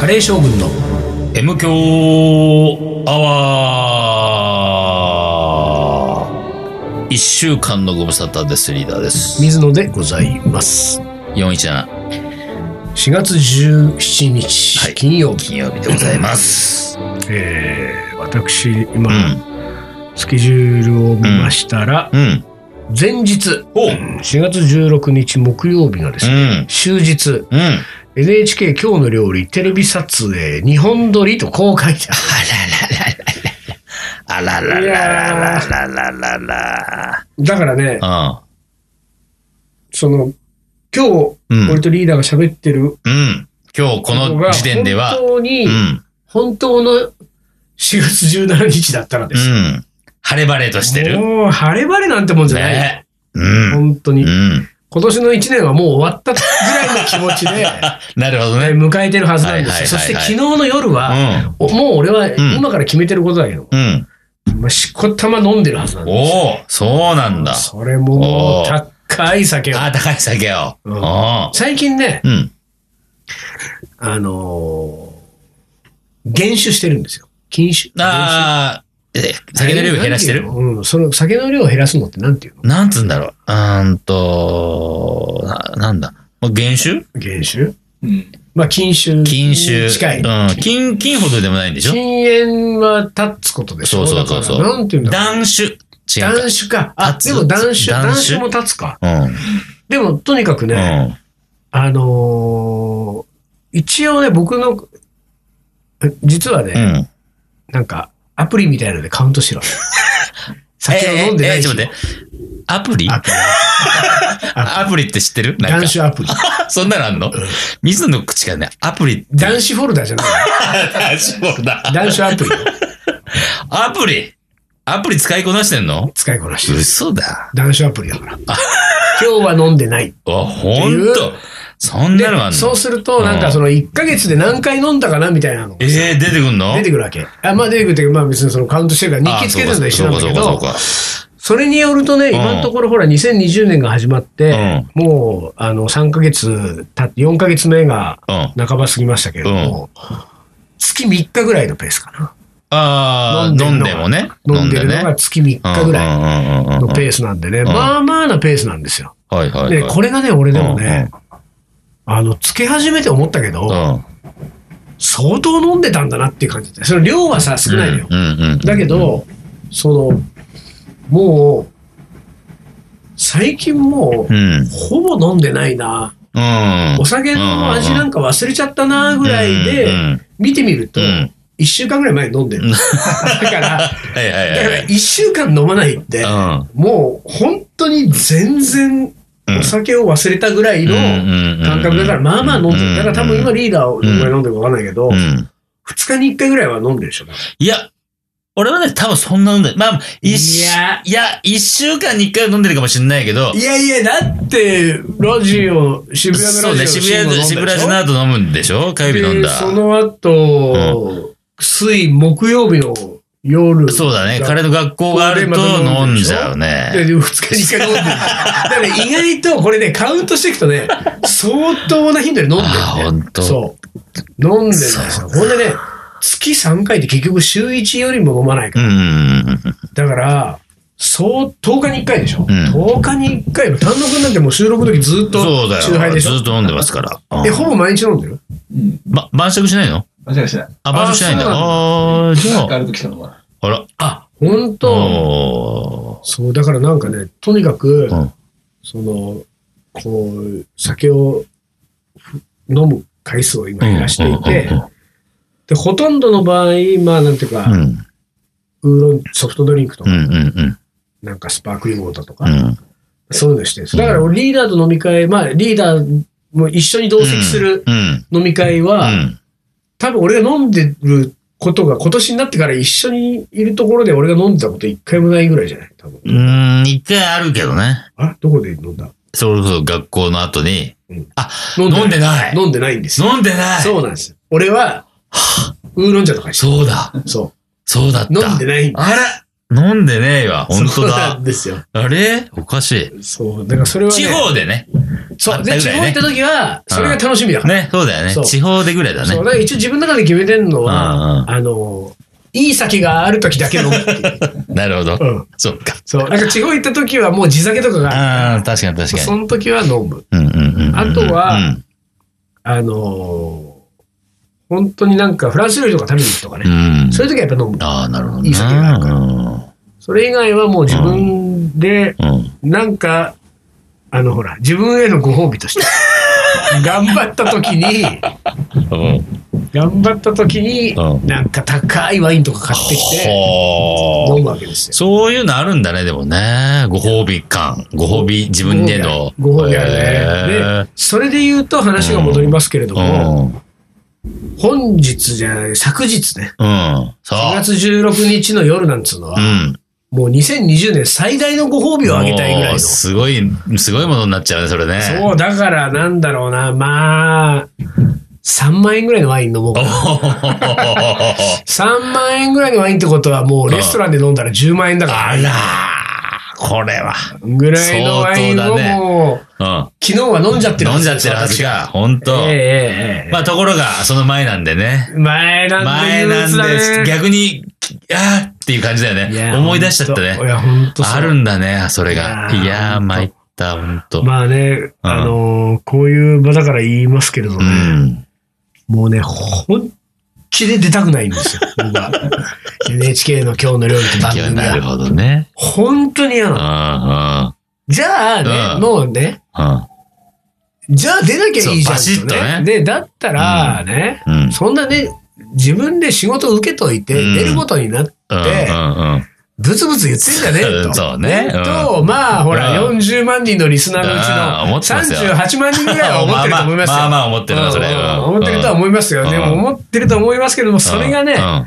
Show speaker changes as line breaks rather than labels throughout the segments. カレー将軍の
M 強アワー一週間のご無沙汰です、リーダーです。
水野でございます。
417
4月17日、
はい
金曜日。
金曜日でございます。
えー、私、
う
今、
ん。
スケジュールを見ましたら、
うん。
前日、
おう
4月16日木曜日のです
う
ね、
ん。
終日、
うん。あ
NHK 今日の料理テレビ撮影日本撮りと公開だ。
らららららららららら
だからね、
ら。
その、今日、
うん。う
俺
ん。
とリーダーが喋ってる
うん。今日この時点では、
本当に、
うん。
本当の4月17日だったらで
う
す。
ん。晴れ晴れとしてる。
もう、晴れ晴れなんてもんじゃない。
ね。うん。
本当に、
うん。
今年の1年はもう終わったぐらいの気持ち で、
なるほど
え
ね。
迎えてるはずなんですよ。
はいはいはいはい
そして昨日の夜
う
は、
ん。
おもう俺は
ん
今から決めてることだけど、
うん。
まあ、しこたま飲んでるはずなんですよ。
おお、そうなんだ。
それもも
お
う
ー
高い酒を。
あ、高い酒を。
うん
お
最近ね、
ーうん。
あのー減酒してるんですよ。禁酒。
ああ、え酒の量を減らして
な
る
んていうのうん、その酒の量を減らすのってなんていうの
なんつうんだろう。うーんと、ななんだ。もう減酒
減酒まあ、禁酒。
禁酒。
近い。
うん。禁、禁ほどでもないんでしょ
禁煙は立つことでしょ。
そうそうそうそう
だからなんていうんだろう
断酒。違う
男種か。あ、
立
で
つ
も男種、
男
男
種
種も立つか。
か。うん。
でも、とにかく
う
ね、
ん。
あのー一応ね、僕の、え実は
う
ね、
ん。
なんか、アプリみたいのでカウント してるわけ。酒を飲んでない
えーえーえーち
日
ょっと待って。アプリ
アプリ
アプリって知ってるなん
男
か。
子アプリ。
そんなのあんの水野の口からね、アプ リ。
男子フォルダじゃない。
男子もだ。
男子アプリを
アプリアプリ使いこなしてんの
使いこなしてる。
嘘だ。
男子アプリだから。今日は飲んでない。
あ、ほん
っ
と。そん
で
なのあん、
そ
の
うすると、なんかその1ヶ月で何回飲んだかなみたいなのが
ええー、出てくんの
出てくるわけ。あまあ出てくるっていうか、まあ別にそのカウントしてるから日記つけてるのは一緒なんだけ
あそう
ど、
か
それによるとね、
ん
今のところほら2020年が始まって、もうあの3ヶ月経って4ヶ月目が
そうかそうかうん。
半ば過ぎましたけれども、月3日ぐらいのペースかな。
ああ、飲
飲ん
ん
で
で
んのが
もね。
飲んでるのが
ね。
月3日ぐらい
らい
のペースなんでね、
ん
まあまあなペースなんですよ。
はいはいはい。
で、これがね、俺でもね
う、
あの、つけ始めて思ったけ
うん
ど、相当飲んでたんだなっていう感じで、その量はさ、少ないのよ。
うんうんうん。
だけど、その、もう、最近も
う
う、
ん。
ほぼ飲んでないな、
うん。
お酒の味なんか忘れちゃったな、ぐらい
うん
で、見てみると
うん。う、ん
1週間ぐらい前に飲んで る。だから、
は
だ
いはいは
か
い
ら
はい。
1週間飲まないって、もう本当に全然
うん
お酒を忘れたぐらいの感
感
覚だから、まあまあ飲んでる。だから多分今
う
リーダーをどのぐらい飲んでるかわかんないけど、2
ん。
日に1回ぐらいは飲んでるでしょ。
いや、俺はね、多分そんな飲んでまあ、一週
いや
いや、一週間に一回は飲んでるかもしれないけど、
いやいや、だって、ラジオ、渋谷の
そう
ラジオ
ね、
の
渋
シーンを飲んだで
谷
し
で、
ょ
渋谷での後飲むんでしょ火曜日飲ん
で
だ。
その後、水、木曜日の夜。
そうだね。彼の学校があると飲んじゃう
で、
ね。
で二日に一回飲んでる。だから意外とこれね、カウントしていくとね、相当な頻度で飲んでる、ね。
あーほんと
そう。飲んでるんですよ。ほんでね、月3回って結局週1よりも飲まないか
うん
ら。
うんうん
だから、そう、10日に1回でしょ。
うん
10日に1回も、単独なんてもう収録の時ずっと、
そう
酎
だ
ハイ
よ。
でしょ
ずっと飲んでますから。
え、ほぼ毎日飲んでる
うん。
ま、晩酌しないの
間違いしてない。
あ、晩酌しないんだ。
あ
ああー、じゃ
なんか
あ、
ある時来たのは。
あら。
あ、本当。
お
そう、だからなんかね、とにかく、
うん
その、こう、酒をふ飲む回数を今減らしていて、で、ほとんどの場合、まあなんていう
う
か、
ん
ウーロン、ソフトドリンクと
うんう
か、
んうん
なんかスパークリングウォーターとか、
うん
そういうのしてるんですだから俺リーダーと飲み会、まあリーダーも一緒に同席する
うん
飲み会
う
は、
ん
多分俺が飲んでることが今年になってから一緒にいるところで俺が飲んでたこと一回もないぐらいじゃない多分。
うん一回あるけどね。
あどこで飲んだ
それこそ学校の後に
うん。
あ、
飲
飲ん
んで
でない。
飲んでないんですよ。
飲んでない。
そうなんですよ。俺は、ウーロン茶とかして
そうだ。
そ
そうだった。
う。飲んでないん
あれ飲んでねえわ。本当
そうな
だ
ん。ですよ。
あれおかしい。
そう。だからそれは、ね、
地方でね。
そう。
あ
で、
ったぐ
地
らい
方行った時は、それが楽しみだから。
ね、そうだよ
そ
ね。
う
地方でぐらいだね。
そう。だから一応自分の中で決めてんの
うんう
は、
ん
あの、いい酒がある時だけ飲むっていう。
なるほど。
うん。
そうか。
そう。なんか地方行った時はもう地酒とかがある
ああ、確かに確か
その時は飲む。
に。うんうんうんうん。
あとは
うん
あのー本当になんかフランス料理とか食べに行くとかね。
うん。
そういう時はやっぱ飲む。
ああ、なるほどね。
いい酒があるか
うん
それ以外はもう自分で、
うん。
なんか、あのほら、自分へのご褒美として。頑張った時に、
うん。
頑張った時に、
うん
なんか高いワインとか買ってきて、
ほー
飲むわけですよ。
そういうのあるんだね、でもね。ご褒美感。ご褒美、自分での。
ご褒美あるね。で、それで言うと話が戻りますけれ
え
ど
ー
も、
うん。
本日じゃない、昨日ね、
うん。そう。
4月16日の夜なんつうのは
う、ん。
もう2020年最大のご褒美をあげたいぐらい
もう
の。そ
すごい、すごいものになっちゃうね、それね。
う、だからなんだろうな、まあ、3万円ぐらいのワイン飲もう
お
か。
ー
3万円ぐらいのワインってことはもうレストランで飲んだら10万円だか
あらー、これは。
ら、ぐらいのワインを
相当だね
もう、
うん。
昨日は飲んじゃってる
飲んじゃってるはずが、ほんと。
えええええ
まあ、ところが、その前なんでね。
え前なんで
前
憂
なん
鬱だね
で、逆に、あーっていう感じだよ
い
ね。
や
思い出しちゃっ
ほ
た
んとい
ね。
や、本当
あるんだね、それが。
いやー
いやー、参った、ほんと。
まあね、あのーこういう場だから言いますけれど
う
ね、
ん。
もうね、本気で出たくないん ですよ、僕は。NHK の今日の料理って番
いや
組
なる
が。
ほどね。
本当に嫌
うん、う
なの。
ん、
じゃあね、
うん
もうね、
うん
じゃあ出なきゃいいじゃん
そうバシッとね
で、だったらね、
うん。うん
そんなね、自分で仕事を受けといて、
うん
出ることになって、
うん、うん。
ブツブツ言ってんじゃねえ
うん
と。
そうねうん
と、まあ、ほら、
う
40万人のリスナー
あー
の
思
う
っ
ち
て
の
ますよ
38万人ぐらいは思ってると思いますよ。
まあまあまあまあ思ってるな、それ。
う
うんん
思ってるとは思いますよ。でも
うん
思ってると思いますけども、それがね、
う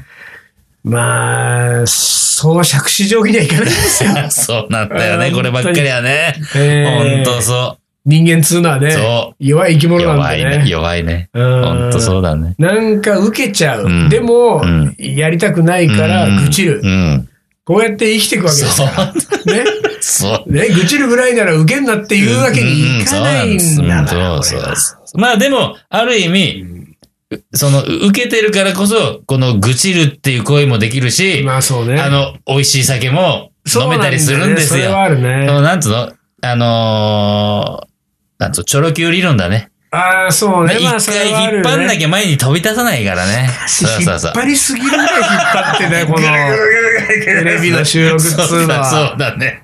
まあ、そう、尺子定規にはいかないですよ。
ん そうなんだよね、こればっかりはね。
え
本
ー
当そ
人間っつうのは
う。
ね、
そ
弱い生き
う。
物なん
弱い
で
ね、
ね。
弱いね。
うん
本当そうだね。
なんか受けちゃう。
うん
でも、
うん
やりたくないから
うん
愚痴る。
うん。
こうやって生きていくわけです
そう
か。ら。 ね。
そう。
ね、愚痴るぐらいなら受けんなっていうわけにいかないんだから。
うんそう
これ
なん
は
ですそうそうまあでも、ある意味、その、受けてるからこそ、この愚痴るっていう声もできるし、
まあそうね。
あの、美味しい酒も
そう
飲
なんだよね
めたりするんです
それ
よ。
はある
そ
ね。
の、なんつうのあのー、なんつうのチョロ Q 理論だね。
ああ、そうね。
一
まあそ
回
れはあるね
引っ張んなきゃ前に飛び出さないからね。
引
そうそうそう
っ。張りすぎるぐらい引っ張って ね、このテレビの収録っつ
そう
うの
だ
は。
そうだね。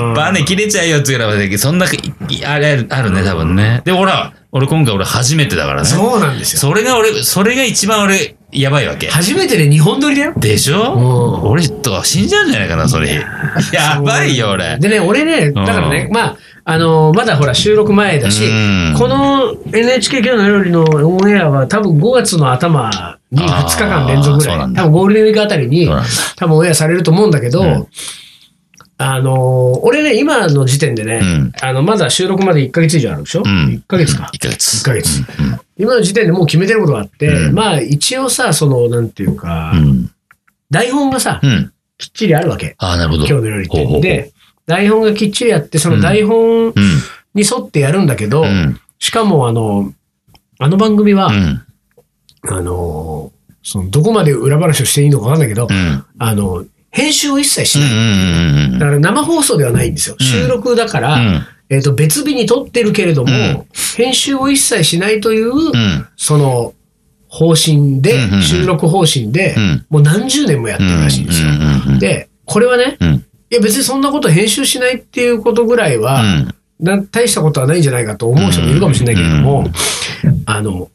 うん
バネ切れちゃうよっていうぐらいまでだけどそんな、いあれあるね、多分ね。で、ほら、俺今回俺初めてだからね。
そうなんですよ。
それが俺、それが一番俺、やばいわけ。
初めてで日本撮りだよ。
でしょ
うん
俺とか死んじゃうんじゃないかな、それ。やばいよ、俺。
でね、俺ね、だからね
う、
まあ、あのーまだほら収録前だし
うん、
この NHK 今日の料理のオンエアは多分5月の頭に2日間連続ぐら、
あーそうないんだ
多分ゴールデンウィークあたりに
そうなんだ
多分オンエアされると思うんだけど、
うん
あのー俺ね、今の時点でね、
うん
あの、まだ収録まで1ヶ月以上あるでしょ、
うん
?1 ヶ月か。
1ヶ月。
一ヶ月
うん。
今の時点でもう決めてることがあって、
うん
まあ一応さ、その、なんていうか、
うん。
台本がさ
う、ん。
きっちりあるわけ。
ああ、なるほど。
今日の料理っ
ほうほう
て。
ほう
で、台本がきっちりあって、その台本
うん。
に沿ってやるんだけど、
うん。
しかもあの、あの番組は、
うん。
あの、そのどこまで裏話をしていいのかわかんないけど、
うん。
あの、編集を一切し
う
ない。
んうんうんうん
だから生放送ではないんですよ。
うん
収録だから、
うん
えっ、と、別日に撮ってるけれども、
うん
編集を一切しないという、
うん
その方針で
うんうんう、ん
収録方針で
うん、
もう何十年もやってるらしいんですよ
うんうんうんうん。
で、これはね、
うん
いや別にそんなこと編集しないっていうことぐらいは、な大したことはないんじゃないかと思う人もいるかもしれないけれども、あの、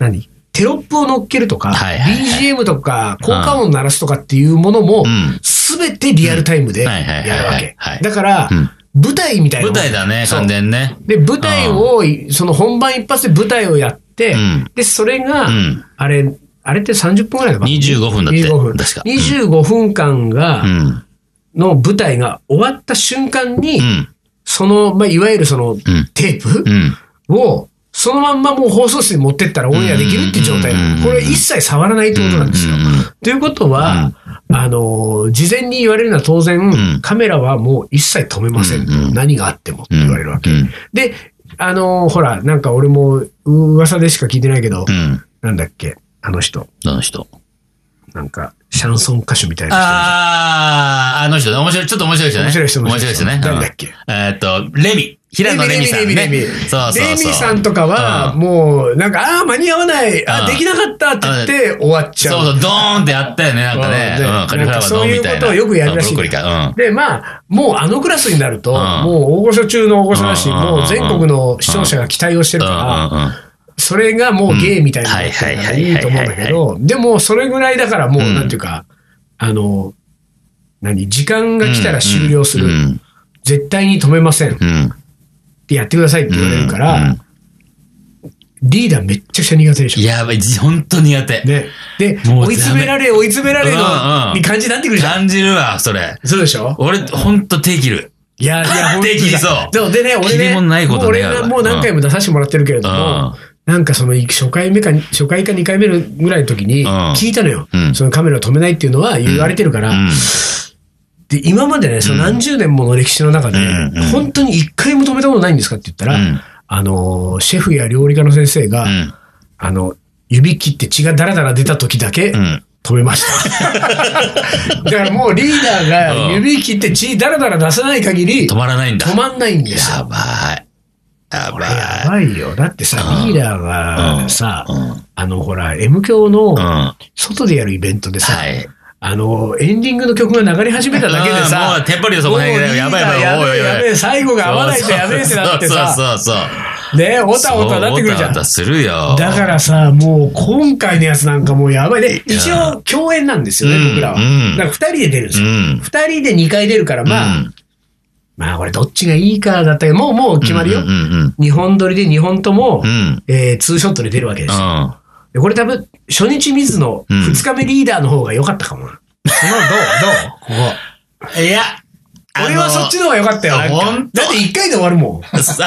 何テロップを乗っけるとか、
はいはいは
BGM とか、効果音鳴らすとかっていうものも
う、ん
すべてリアルタイムで
うんはいはいはいはい
やるわけ
はい。
だから
う、ん
舞台みたいなも
舞
ん。
台だね、
そう
完全ね。
で、舞台を、その本番一発で舞台をやって、
うん
で、それが、
うん
あれ、あれって30分ぐらいだか
25分だって
25分。
確か
25分間が、
うん。
の舞台が終わった瞬間に、
うん。
その、まあ、いわゆるその、
ん
テープ
うん。
を、そのまんまもう放送室に持ってったらオンエアできるっていう状態
うんうんうん
これ一切触らないってことなんですよ
うんうんうん。
ということは、あのー、事前に言われるのは当然、
ん
カメラはもう一切止めません。
うんうん
何があってもって言われるわけ。
うん
で、あの、ほら、なんか俺も噂でしか聞いてないけど
う、ん。
なんだっけ、あの人。
どの人
なんか、シャンソン歌手みたいな
あー、あの人ね。面白い。ちょっと面白い人
人。
ね。
面白い人、
面白い人ね。
誰だ
うん
っけ
えーっと、レミ。平野レミさん
レ
ね。
ミレミレミレミ
そうそうそう。
レミさんとかは、
うん
もう、なんか、ああ、間に合わない、あ
うん
あ、できなかったって言って、終わっちゃ
そう
う。
そう、ドーンってやったよね、なんかね。
うん
うん、カリフラ
な
ワードーンみたいな。
んかそういうことをよくやるらしい
うんブロッコリーか。うん。
で、まあ、もうあのクラスになると、
うん
もう大御所中の大御所だし、
うん
もう全国の視聴者が期待をしてるから、
うんうんうん。
それがもうゲイみたいになってるから
うんはいはいはいはい
いいと思うんだけど、でもそれぐらいだからもう、なんていうか、あの、何、時間が来たら終了する。
うん。
絶対に止めません。っ
うん。
てやってくださいって言われるから、
うん
リーダーめっちゃくちゃ苦手でしょ。
やばい、じ本当苦手。
ね。で、
もうダメ
追い詰められ、追い詰められ
うんうん
の、に感じになってくるじゃん。
感じるわ、それ。
そうでしょ
俺、ほんと手切る。
いや、いや、本当に
できそう
でもでね、俺
切り
ね、
もないこと
もう俺
願うわ
がもう何回も出させてもらってるけれども、なんかその初回目か、初回か2回目ぐらいの時に
ん
聞いたのよ
う。ん
そのカメラを止めないっていうのは言われてるか
う
ら、
ん。
で、今までね、その何十年もの歴史の中で
うんうん、
本当に一回も止めたことないんですかって言った
う
ら、
ん。
あのー、シェフや料理家の先生が、あの、指切って血がダラダラ出た時だけ
うん。う、ん。
止めま した。だからもうリーダーが指切って血ダラダラ出さない限り
止、まらないんだ。
止まんないんですよ
や。ばい。やば
や
い。
ばいよ。だってさ
う、ん
リーダーがさ
う、ん。うん。
あの、ほら、M 教の
は
外でやるイベントでさ、
い。
あの、エンディングの曲が流れ始めただけで
うんも
さ
う、テンポリオそこら辺でやばいやばい
もうリーダーやべえ
おいおいおい
やべえ最後が合わないとやべえってなってさ、
そうそうそうそう。
ね、おたおたなってくるじゃ
おたお
ん。
たするよ。
だからさ、もう今回のやつなんかもうやばいね。一応共演なんですよ
うん
ね、僕らは。
うん
だから二人で出るんです
う
よ。
ん。
二人で二回出るから、ま
う
あ、
ん、
まあこれどっちがいいかだったけど、もうもう決まるよ
うん。うん
二本撮りで二本とも
うん。う、ん。
えーツーショットで出るわけですよ
うん
でこれ多分、初日水野、
うん
二日目リーダーの方が良かったかも な。そのどうどうここ。
いや、
俺はそっちの方が良かったよ。なん
ほん
かだって一回で終わるもん。だ
のさ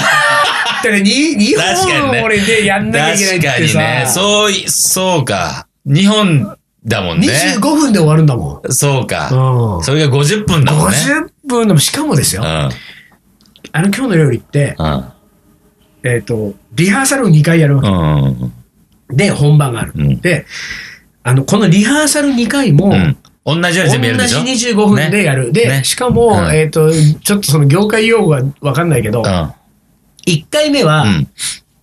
って二二
確かにね
本俺でやんなきゃいけない
確
っ
か
て
に
さ。
ね。そうい、そうか。日本だもんね。
25分で終わるんだもん。
そうか。
うん。
それが50分だもんね。
50分でも、しかもですよ。あの今日の料理って、えっ、と、リハーサルを2回やるわけ。
うん。うん。うん。
で、本番がある。
うん
で、あの、このリハーサル2回も、
うん。同じように全部やるでしょ
同じ25分でやる。で、
ね
しかも、
うん
えっ、と、ちょっとその業界用語がわかんないけど、
うん。うん。
一1回目は、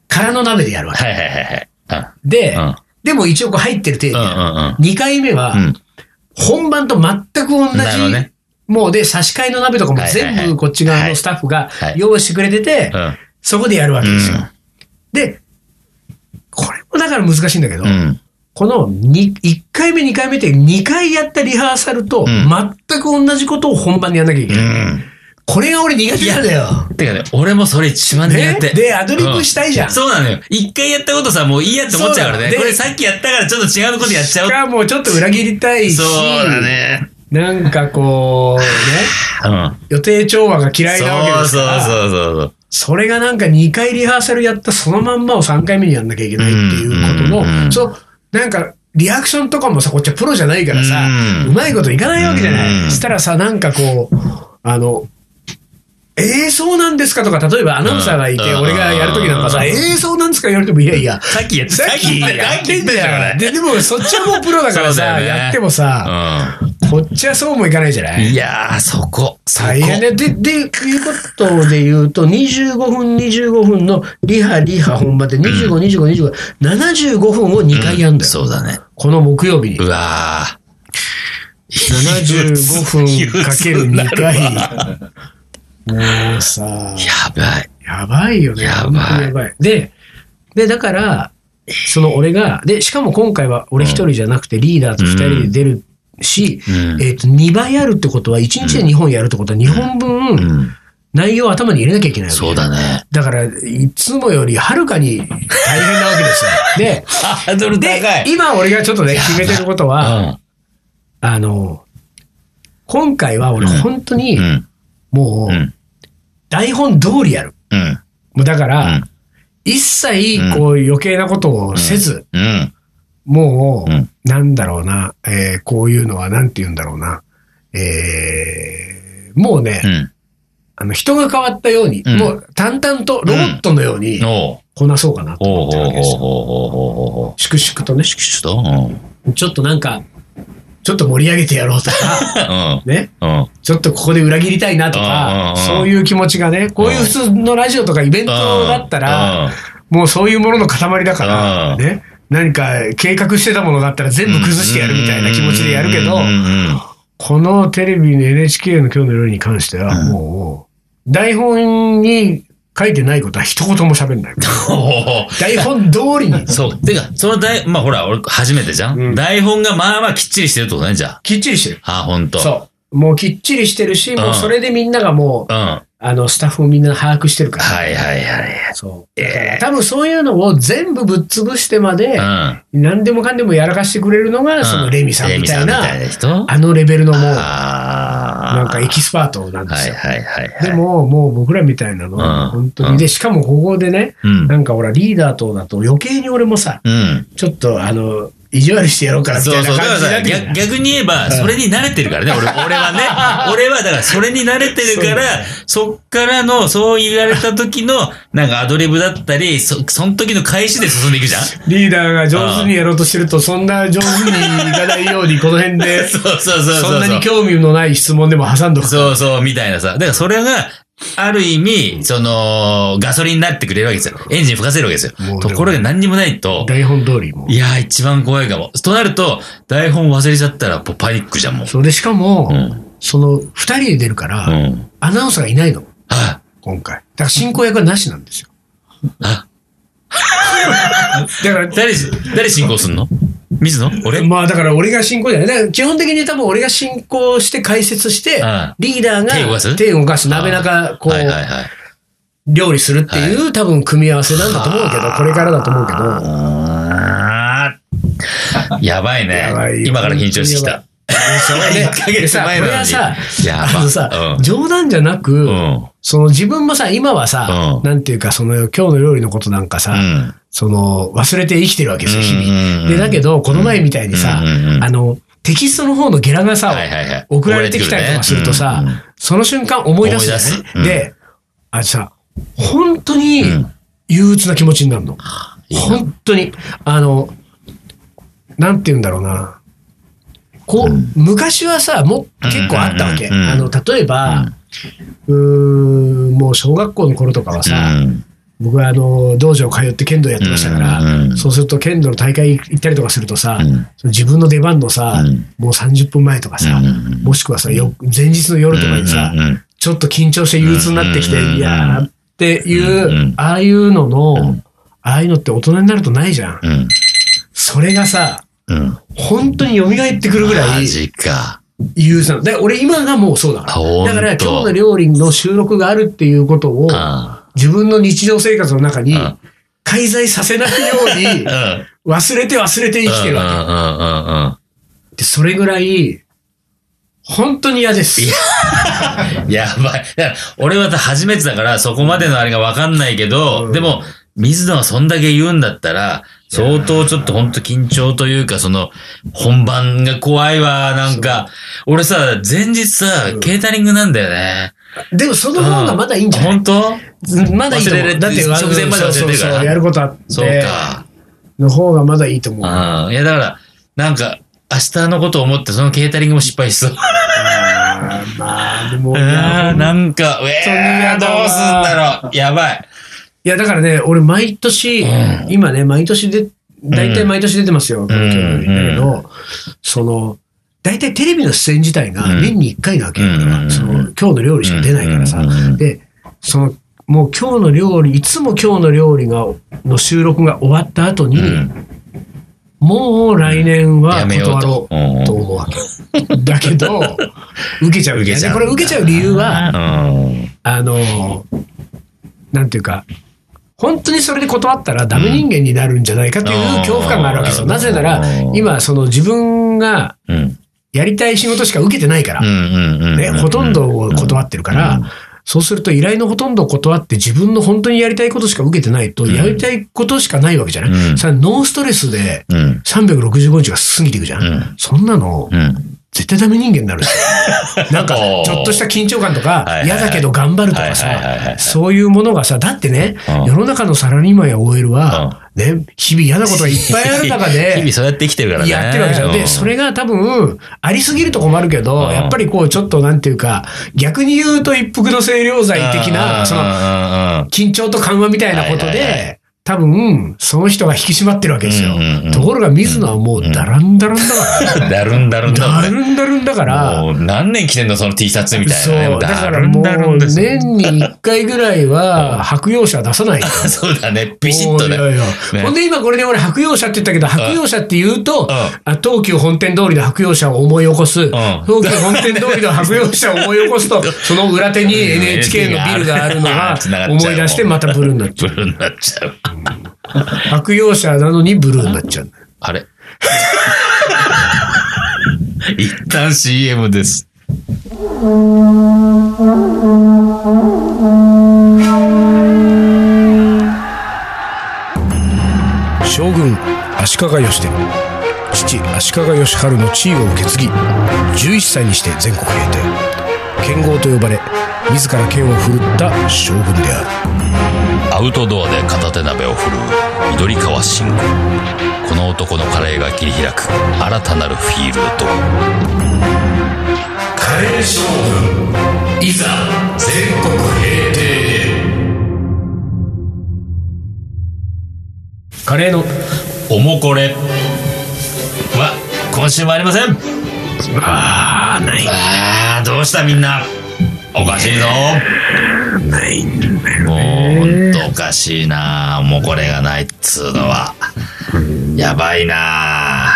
空の鍋でやるわけ。
はいはいはいはい。
で、
うん
でも一応こう入ってる程
うん。う
度、
んうん
二2回目は
う、ん。
本番と全く同
うん。なるほど
じ、
ね。
もうで、差し替えの鍋とかも
はいはいはい
全部こっち側のスタッフが
はい
用意してくれてて、
うん。
そこでやるわけですよ。で、これもだから難しいんだけど、
うん。
このに1回目、2回目って2回やったリハーサルと
ん
全く同じことを本番でやんなきゃいけ
う
ない。
ん。
これが俺苦手なんだよ。
てかね、俺もそれ一番苦
ね
手。
で、アドリブしたいじゃん。
そうなのよ。一回やったことさ、もういいやって思っちゃうから
そう
ね。
で
これさっきやったからちょっと違うことやっちゃう
し。かもちょっと裏切りたいし、
そうだね。
なんかこう、ね、
うん。
予定調和が嫌いなわけですから、そ
そうそうそう
れがなんか2回リハーサルやったそのまんまを3回目にやんなきゃいけないっていうことの、
うんうんうん
そう、なんか、リアクションとかもさ、こっちはプロじゃないからさ、
う
うんまいこといかないわけじゃない。
うん
したらさ、なんかこう、あの、えー、そうなんですかとか、例えばアナウンサーがいて、
うん
俺がやるときなんか
う
さ、
ん
えー、そうなんですか言われても、いやいや、
そう。さっきやった。
さっきやってんだよ。
ね。
で、でもそっちはもうプロだから
そうだよ
さ、
ね
やってもさ、こっちはそうもいかないじゃな
うん。
い
いやー、そこ。そこ。
大変ね。で、で、いうことで言うと、25分、25分のリハ、リハ、本番で、25、25、25、75分を2回やるんだよ。
そうだね。
この木曜日に。
うわー。
75分かける2回
憂鬱になるわ。
もうさ、
やばい。
やばいよね。
やばい
本当にやばい。で、で、だから、その俺が、で、しかも今回は俺一人じゃなくてリーダーと二人で出るし、
うん
えっ、と、2倍あるってことは、1日で2本やるってことは、2本分、
うん。
内容を頭に入れなきゃいけないわけ
そうだね。
だから、いつもよりはるかに大変なわけですよ。で、
ハードル
で、今俺がちょっとね、決めてることは、あの、今回は俺
うん
本当
う
に
ん。うん。
も
う。
うん台本通りやる。
うん。
もうだか
う
ら
ん、
一切こう余計なことをせず、
うん。
も
うん
う、なんだろうな、えーこういうのはなんて言うんだろうな、えーもうね
う、ん。
あの、人が変わったように、
うん
もう淡々とロボットのように
おう
こなそうかなと
お
思
う
ってる
おうおう
わ
お
けですよ。
うおうおうおう
粛々とね、
ちょっとう
ちょっとなんか、ちょっと盛り上げてやろうとか、
ん。
ね、
うん。うん。
ちょっとここで裏切りたいなとか、
うんうんうん
そういう気持ちがね、こういう普通のラジオとかイベントだったら、もうそういうものの塊だから、
うん
ね、何か計画してたものがあったら全部崩してやるみたいな気持ちでやるけど
うんう、ん
このテレビの NHK の今日の夜に関しては、
うん
もう、台本に書いてないことは一言も喋ん ない。
おう
台本通りに、
そう。てか、その台、まあほら、俺初めてじゃん、
うん
台本がまあまあきっちりしてるってことね、じゃあ。
きっちりしてる。
あ、ほんと。う。
そう。もうきっちりしてるし、
ん
もうそれでみんながもう、
うん。は
あの、スタッフをみんな把握してる
い
から。
はいはい。
そう。
え
だ
え
から多分そういうのを全部ぶっ潰してまで、
うん。
何でもかんでもやらかしてくれるのが、そのレミさんみたいな、あのレベルのもう、な
あ
んかエキスパートなんで
は
す
い
よ。
はいはいはい。
で、も、もう僕らみたいなの
うん
は、本当に。
う
で、しかもここでね、
うん。
なんかほら、リーダーとだと余計に俺もさ、
うん。
ちょっと、あの、意地悪してやろうかなみ
そ
た
う
いな
そう。だか
感
ら
じにな
さ、
ってくる
逆逆に言えば、それに慣れてるからね、俺、俺 はね。俺は、だから、それに慣れてるから、そっからの、そう言われた時の、なんかアドリブだったり、そ、その時の返しで進んでい くじゃん
リーダーが上手にやろうとしてると、そんな上手にいかないように、この辺で、
そうそうそうそう。
そんなに興味のない質問でも挟んどく。
そうそう、みたいなさ。だからそれが、ある意味、その、ガソリンになってくれるわけですよ。エンジン吹かせるわけです
も
よ。
うで
と
も
ころが何にもないと、
台本通りもう
いやー、一番怖いかも。となると、台本忘れちゃったら、もうパニックじゃん、もう。
それでしかも、
うん。
その2人で出るから、
うん。
アナウンサーがいないの
あ、
今回だから進行役はなしなんですよ
あ、
だから
誰、誰進行すんの水野俺
まあだから俺が進行じゃないだから基本的に多分俺が進行して解説して、
うん
リーダーが
手を動かす
手を動かす鍋中こう、
はいはいはい。
料理するっていう、多分組み合わせなんだと思うけどこれからだと思うけど
あーやばいね
やば。い
今から緊張してき
やば
た
い。それ
一ヶ月前なのに
でさこれ
や
は
ば
さあのさ、
うん
冗談じゃなく、
うん。
その自分もさ今はさ、
うん
なんていうかその今日の料理のことなんかさ、
うん。
その忘れて生きてるわけですよ日々。
々
で、だけど、この前みたいにさ、
うんうんうん
あの、テキストの方のゲラがさ、
はいはいはい
送られてきたりとかするとさ、
うんうん
その瞬間思い出すじゃ
思い出すうん
ないで、あのさ、本当に
うん
憂鬱な気持ちになるの。
いいな
本当に。あの、なんて言うんだろうな。こう、昔はさ、もう結構あったわけ。
うんうんうんうん
あの、例えば、うーん、もう小学校の頃とかはさ、
うん
僕はあの道場通って剣道やってましたから、
うんうん
そうすると剣道の大会行ったりとかするとさ、
うん
その自分の出番のさ、
うん
もう30分前とかさ、
うん
もしくはさよ前日の夜とかにさ、
うんうんうん
ちょっと緊張して憂鬱になってきて、
うんうんうん
いやーっていう、
うんうん
ああいうのの、
うん
ああいうのって大人になるとないじゃん。
うん
それがさ
うん。
本当に蘇ってくるぐら
マ
い
ジか。
憂鬱なの。だから俺今がもうそうだから。
あほん
だ
と
から今日の料理の収録があるっていうことを、
あ
自分の日常生活の中に
うん
介在させないように
あ。うん。
忘れて忘れて生きてるわ
うんうんうんうん
け。で、それぐらい、本当に嫌です。
やばい。だから俺は初めてだから、そこまでのあれがわかんないけど、
うん
でも、水野がそんだけ言うんだったら、相当ちょっとほんと緊張というか、その、本番が怖いわ、なんか。俺さ、前日さ
う、ん
ケータリングなんだよね。
でもその方がまだいいんじゃない
本当
まだいいと
忘れ
思
れ
う。だって、
直前まで忘れてるから
そうそうそうやることあっ
そう
て、
か。
の方がまだいいと思う。あ
うん。いや、だから、なんか、明日のことを思って、そのケータリングも失敗しそう。
ーまあ、でも、い
あー
や、
なんか、う
当に
え
嫌
ー、
だわ
どうすんだろう。やばい。
いやだからね、俺毎年、
うん
今ね、毎年で、大体毎年出てますよ、東京のだけど、
う
その、大体テレビの出演自体が
うん
年に1回なわけよ、俺は
うん
その、今日の料理しか出ないからさ。
うんうん
で、その、もう今日の料理、いつも今日の料理が、の収録が終わった後に、
うん
もう来年は
やめよ
断ろ
う
う
と。
と思うわけ。だけど、 受けちゃうんだよね。これ受けちゃう理由は、
うん
あの、なんていうか、本当にそれで断ったらダメ人間になるんじゃないかという恐怖感があるわけですよ。
うん
なぜなら
う、ん
今、その自分が
うん
やりたい仕事しか受けてないから、ね、ほとんどを断ってるから、そうすると依頼のほとんどを断って自分の本当にやりたいことしか受けてないと、
ん
やりたいことしかないわけじゃない、
うん
それはノーストレスで
うん
365日が過ぎていくじゃん。
うん
そんなの、
うん
絶対ダメ人間になるんですよなんか、
おー
ちょっとした緊張感と
はいはい
か
は、い
嫌だけど頑張るとか
はいはいはいは
さ
い、
そういうものがさ、だってね
うん、
世の中のサラリーマンや OL は、ね、日々嫌なことがいっぱいある中
日々
で、
そうやって生きてるからね。
やってるわけじゃん。
う
で、それが多分、ありすぎると困るけど、
うん
やっぱりこう、ちょっとなんていうか、逆に言うと一服の清涼剤的な、その、
の、
緊張と緩和みたいなこと
はいはいは
で、多分、その人が引き締まってるわけですよ
うんうんうん。
ところが水野はもうダランダランだ から。
だるんだるんだもん
ダ
ね。
ルンダルンだから、
もう何年着てんのその T シャツみたいなね。
そう、だから
るん
もう
だるんですよ
年に1回ぐらいは白洋車出さない。
そうだね。ビシッとね。
もういやいや
ね
ほんで今これで俺白洋車って言ったけど、白洋車って言うと、あ東急本店通りの白洋車を思い起こす、東急本店通りの白洋車を思い起こすと、 その裏手に NHK のビルがあるのが思 い出してまたブルーになっちゃう
ブルーになっちゃう。
白洋車なのにブルーになっちゃう。
あれ 一旦 CM です。
将軍足利義輝父足利義晴の地位を受け継ぎ11歳にして全国平定剣豪と呼ばれ自ら剣を振るった将軍である
アウトドアで片手鍋を振るう緑川信吾この男のカレーが切り開く新たなるフィールドカレー将軍いざ全国平定
カレーの
おもこれは今週もありません
ああない
あーどうしたみんなおかしいぞ
ない
もうほんとおかしいなもうこれがないっつうのはやばいな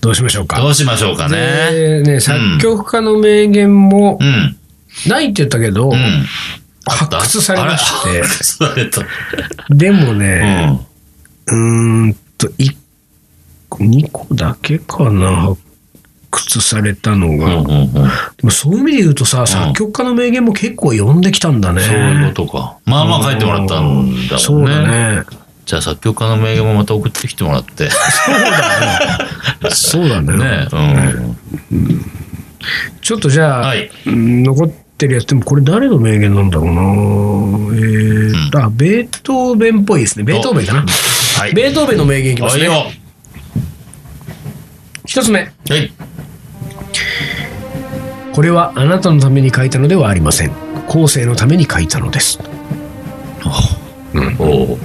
どうしましょうか
どうしましょうかね
えーね作曲家の名言も
うん
ないって言ったけど、
うん。
発掘されまし
あれ
て
発掘された。
でも
う
ね
ん。
うーんと1個2個だけかな発掘されたの
う
が、
んうんうん。
でもそういう意味で言うとさ、作曲家の名言も結構読んできたんだね。
そういうことか。まあまあ書いてもらったんだ
そ
もん
う
ね。
だね。
じゃあ作曲家の名言もまた送ってきてもらって。
そうだね。
ね。うん。
ちょっとじゃあ、
はい。
うん残ってるやつ、でもこれ誰の名言なんだろうな。えーと、あ、ベートーベンっぽいですね。ベートーベンかな。
はい。
ベートーベンの名言いきま
は
す
い
ね
よ。。
一つ目。
はい。
これはあなたのために書いたのではありません。後世のために書いたのです。
おう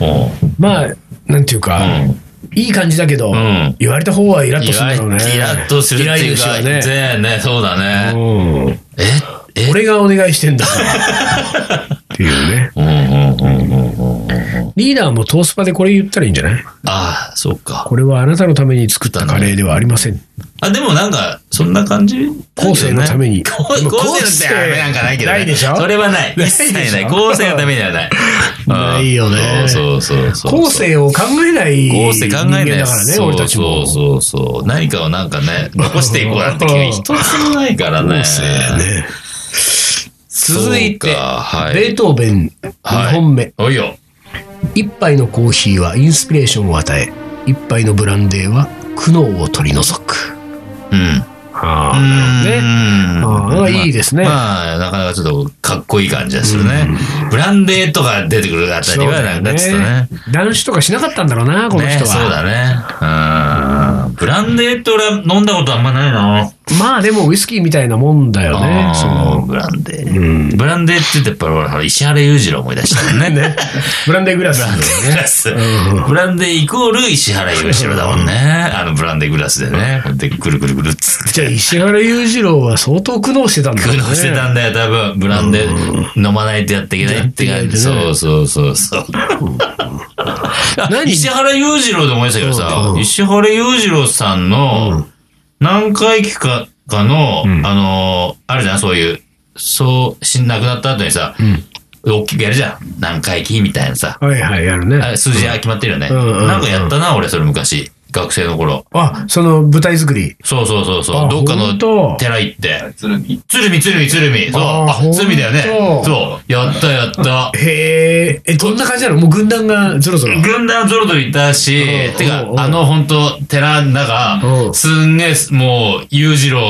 おう
まあ、なんていう
う
か、
ん。
いい感じだけど、
うん
言われた方はイラッと
イ
するん
ラ
だろうね。
イラッとするってい
イ
う
ラ
か、
イラですよね。
ねね、そうだね。
うん
ええ
俺がお願いしてんだ から。っていうね。
うんうんうんうんうんうん。
リーダーもトースパでこれ言ったらいいんじゃない
ああ、そうか。
これはあなたのために作ったカレーではありません。
あ、でもなんか、そんな感じ、
後世のために
後世
でも
後世のためなんかないけど、ね。
ないでしょ
それはない。
ない
一
でしょ
切ない。後世のためにはない。うん
ないよね
そうそうそうそう。
後世を考えない
後
人
世考
間
えない
だからね、俺たちも。
そうそうそうそう。何かをなん かね、残していこうなんて気が一つもないからね。
後世ね。続いて
そう、かはい。
ベートーベン2本目。
おいよ。
一杯のコーヒーはインスピレーションを与え、一杯のブランデーは苦悩を取り除く。
うん。
あ
うん
ああいいですね
まあ、なかなかちょっとかっこいい感じがするね。ブランデーとか出てくるあたりは、なんかちょっとね。
男子とかしなかったんだろうな、この人
ね、そう
は。
だね。うん。ブランデーって俺は飲んだことあんまないな。
まあでもウイスキーみたいなもんだよね。そ
あー
の
ブランデ
う
ー。
ん
ブランデーって言ってやっぱ俺ほら、石原裕次郎思い出したもん ね。
ね。 ブランデーグラスだよ
グ
ね。
ラス
うん
ブランデーイコール石原裕次郎だもんね。あのブランデーグラスでね。こうやってくるくるくるっつって。
じゃあ石原裕次郎は相当苦悩してたんだ
苦
よね。
労してたんだよ、多分。ブランデー飲まないとやっていけないって
やっていけない
感
ね
じ。そうそうそうそう。
何
石原裕次郎で思い出したけどさ
う、ん
石原裕次郎さん
う
の
ん
何回忌かかの、
うん
あのー、あるじゃん、そういう、そう、し亡くなった後にさ、
ん
大きくやるじゃん。何回忌みたいなさ、
はいはい、やるね。
あ数字が決まってるよね。
うんうんうん
なんかやったな、俺、それ昔。学生の頃。
あ、その舞台作り。
そうそうそうそ
あ
う。どっか
ほん
の
と
寺行って。
鶴見。
鶴見、鶴見、鶴見。そう。
あ
あ
ほん、と
鶴見だよね。そう。やった、やった。
へえ、え、どんな感じなのもう軍団がゾロゾロ。
軍団ゾロといたし
う、ん
てか
う、ん
あの本当寺の中
う、ん
すんげえ、もう、裕次郎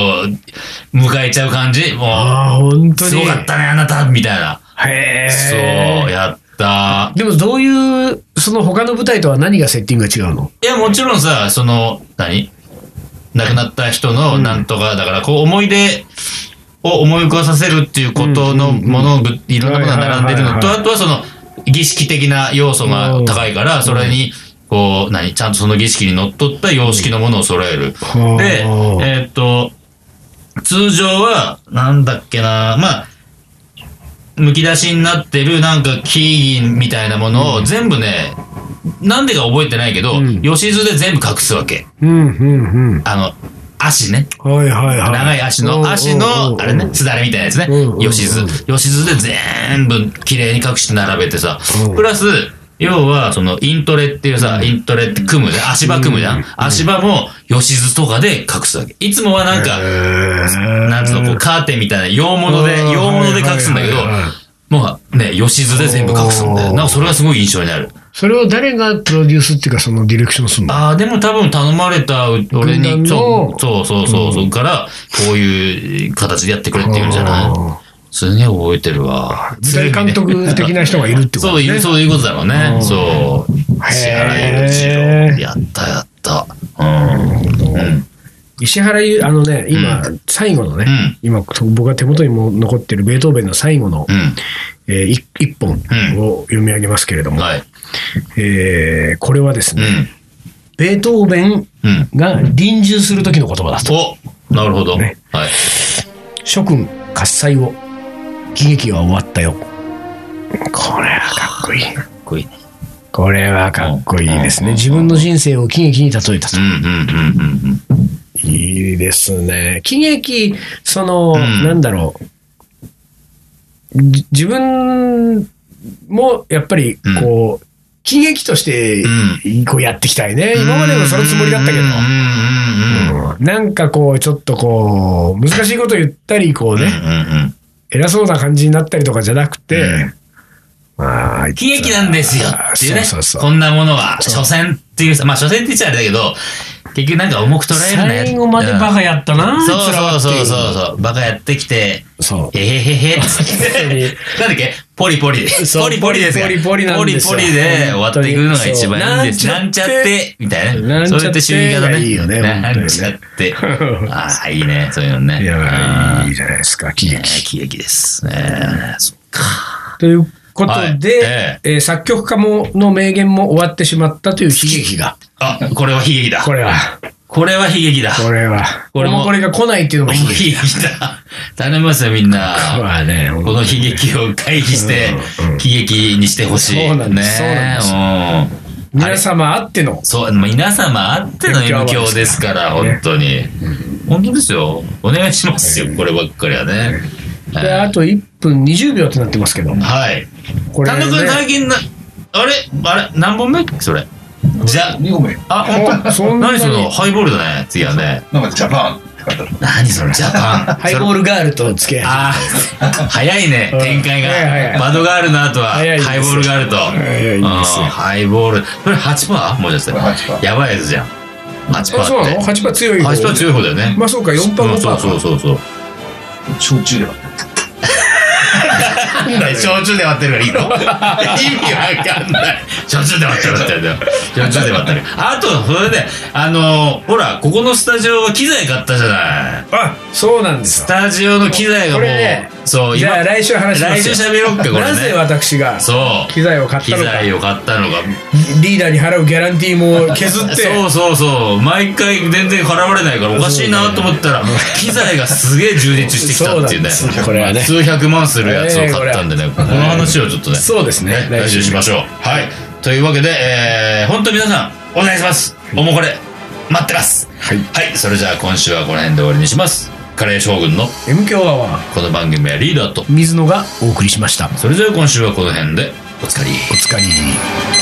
迎えちゃう感じも
ああ、本
う、
当に。
すごかったね、あなた、みたいな。
へえ。
そう、やった。
でもどういう、その他の舞台とは何がセッティングが違うの
いや、もちろんさ、その、何亡くなった人のなんとか、だから、こう、思い出を思い浮かさせるっていうことのもの、ぐいろんなものが並んでるのと、
は
あとはその、儀式的な要素が高いから、それに、こう、何ちゃんとその儀式にのっとった様式のものを揃える。で、え
は
ーっと、通常は、なんだっけな、まあ、むき出しになってる、なんか、木々みたいなものを全部ね、なんでか覚えてないけど、
うん
吉図で全部隠すわけ。
あうん、うん、うん。
あの、足ね。
はいはいはい。
長い足の、足の、あれね、すだれみたいなやつね
うんうんう。ん
吉図。吉図で全部綺麗に隠して並べてさ
う。ん
プラス、要は、その、イントレっていうさ、イントレって組むじゃん。足場組むじゃん。足場も、吉図とかで隠すわけ。いつもはなんか、な
なん
つうの、こう、カーテンみたいな、洋物で、洋物で隠すんだけど、もうね、吉図で全部隠すんだよ。なんかそれがすごい印象になる。
それを誰がプロデュースっていうか、そのディレクションするの
ああ、でも多分頼まれたう俺
軍団
に、
の
そうそうそうそう、そっから、こういう形でやってくれって言うんじゃない
あ
すげえ覚えてるわ。
ー舞台監督的な人がいるってこと
そう
ね。
いう、そういうことだろう
う
ね。
ん
そう。
へー
石原裕次郎。やったやった。うん。うん。
石原ゆ、あのね、今、最後のね、
うん
今、僕が手元にも残ってるベートーベンの最後の、えーい一本を読み上げますけれど
うん。
も、
はい。
えーこれはです
う
ね、
ん。
ベートーベン
うん。
が臨終する時の言葉だと。
おなるほど。はい
ね。諸君、喝采を。喜劇は終わったよ。これはかっこいい。
かっこいいね。
これはかっこいいですね。自分の人生を喜劇に例えたと
うん。うんうんうんうん。
いいですね。喜劇、その、
うん
なんだろう。じ自分も、やっぱり、こう、喜劇として、こうやっていきたいね。今までもそのつもりだったけど。
うんうんうんうん。
うんなんかこう、ちょっとこう、難しいこと言ったり、こうね、
うんうんうん。
偉そうな感じになったりとかじゃなくて、
うん
まあ、あいつ
喜劇なんですよっていうね。
そうそうそう
こんなものは、所詮っていうさ、まあ所詮って言っちゃあれだけど、結局なんか重く捉えるなや
最後までバカやったな、
うんそう
あいつらは
そう
ってい
そうそうそう。バカやってきて、
そう。
へへへへっつって。なんだっけポリポリで。
そう
ポリポリですよ
ポリポリなんですよ
ポリポリで終わっていくのが一番いいんです。
そう
なんちゃって、みたいな
な
ね。
んち
そ
ゃ
う
って
やって主義家だね。
がいいよね
なんちゃって。ああ、いいね。そういうのね。
い
うん
や、いいじゃないですか、喜
ね
劇。
喜劇です。ねそっか。
ということで、
はいえ
えー作曲家もの名言も終わってしまったという悲劇が。
あ、これは悲劇だ。
これは、
これは悲劇だ。
これは。
こ
こ
れ
れ
も
もこれが来ないっていうのが悲
悲
劇。
劇だ。 頼みますよ、みん
これ
な。
はね、
この悲劇を回避して、悲劇にしてほしい。
そうなんですそう
ね
なんです
うん
皆様あっての、
そう、皆様あっての
今
影
日は
響ですから、本当に。本当ですよ。お願いしますよ、こればっかりはね。
であと1分20秒ってなってますけど、
はい。
これ、
単
ね、
独最近な、あれあれ何本目それ。じゃ、
2個目。
あ、本当
そんな
何
に
その、ハイボールだね、次はね。
なんかジャパンって書いてある。
何その、ジャパン。
ハイボールガールと付き合い
ああ、早いね、
うん
展開
早い早
が。
い
窓があるの後は、ハ
早い
イ
です
ボールがあると。
早いですよ
うんハイボール。これ8パーもうちょっ
これ8パ
と。
ー
やばいやつじゃん。8パ
あそう
ーっ
なの
て。
?8 パー強い
8
よ。
パー強い方だよね。
まあそうか、4パー
うん
5パ
そう
ー。
そうそうそう。
焼酎では。
焼酎で割ってるか らいいの意味わかんない。焼酎で割ってる割ってる割ってる。焼酎で割ってる。あと、それで、あのー、ほら、ここのスタジオは機材買ったじゃない。
あ、そうなんで
ス
すよ。
タジオの機材が
こ
も
れね
う、そう、
じゃあ来週話しま
来
す
週
よ。
喋ろっか、これね。
なぜ私が
そう。
機材を買っ
機
たのか、
材を買ったのが。
リーダーに払うギャランティーも削って、
そうそうそう。毎回全然払われないからおかしいなと思ったら、機材がすげえ充実してきたっていうね。
そうなんですこれはね
数百万するやつを買ったんでね。この話をちょっとね。
そうですね
ね来週しましょう。はい。というわけで、えー、本当皆さん、お願いします。おもこれ、待ってます。
はい
はい。それじゃあ今週はこの辺で終わりにします。カレー将軍の
M 強アワー
この番組はリーダーと、
水野がお送りしました。
それじゃあ今週はこの辺で、おつかり。
お疲れ。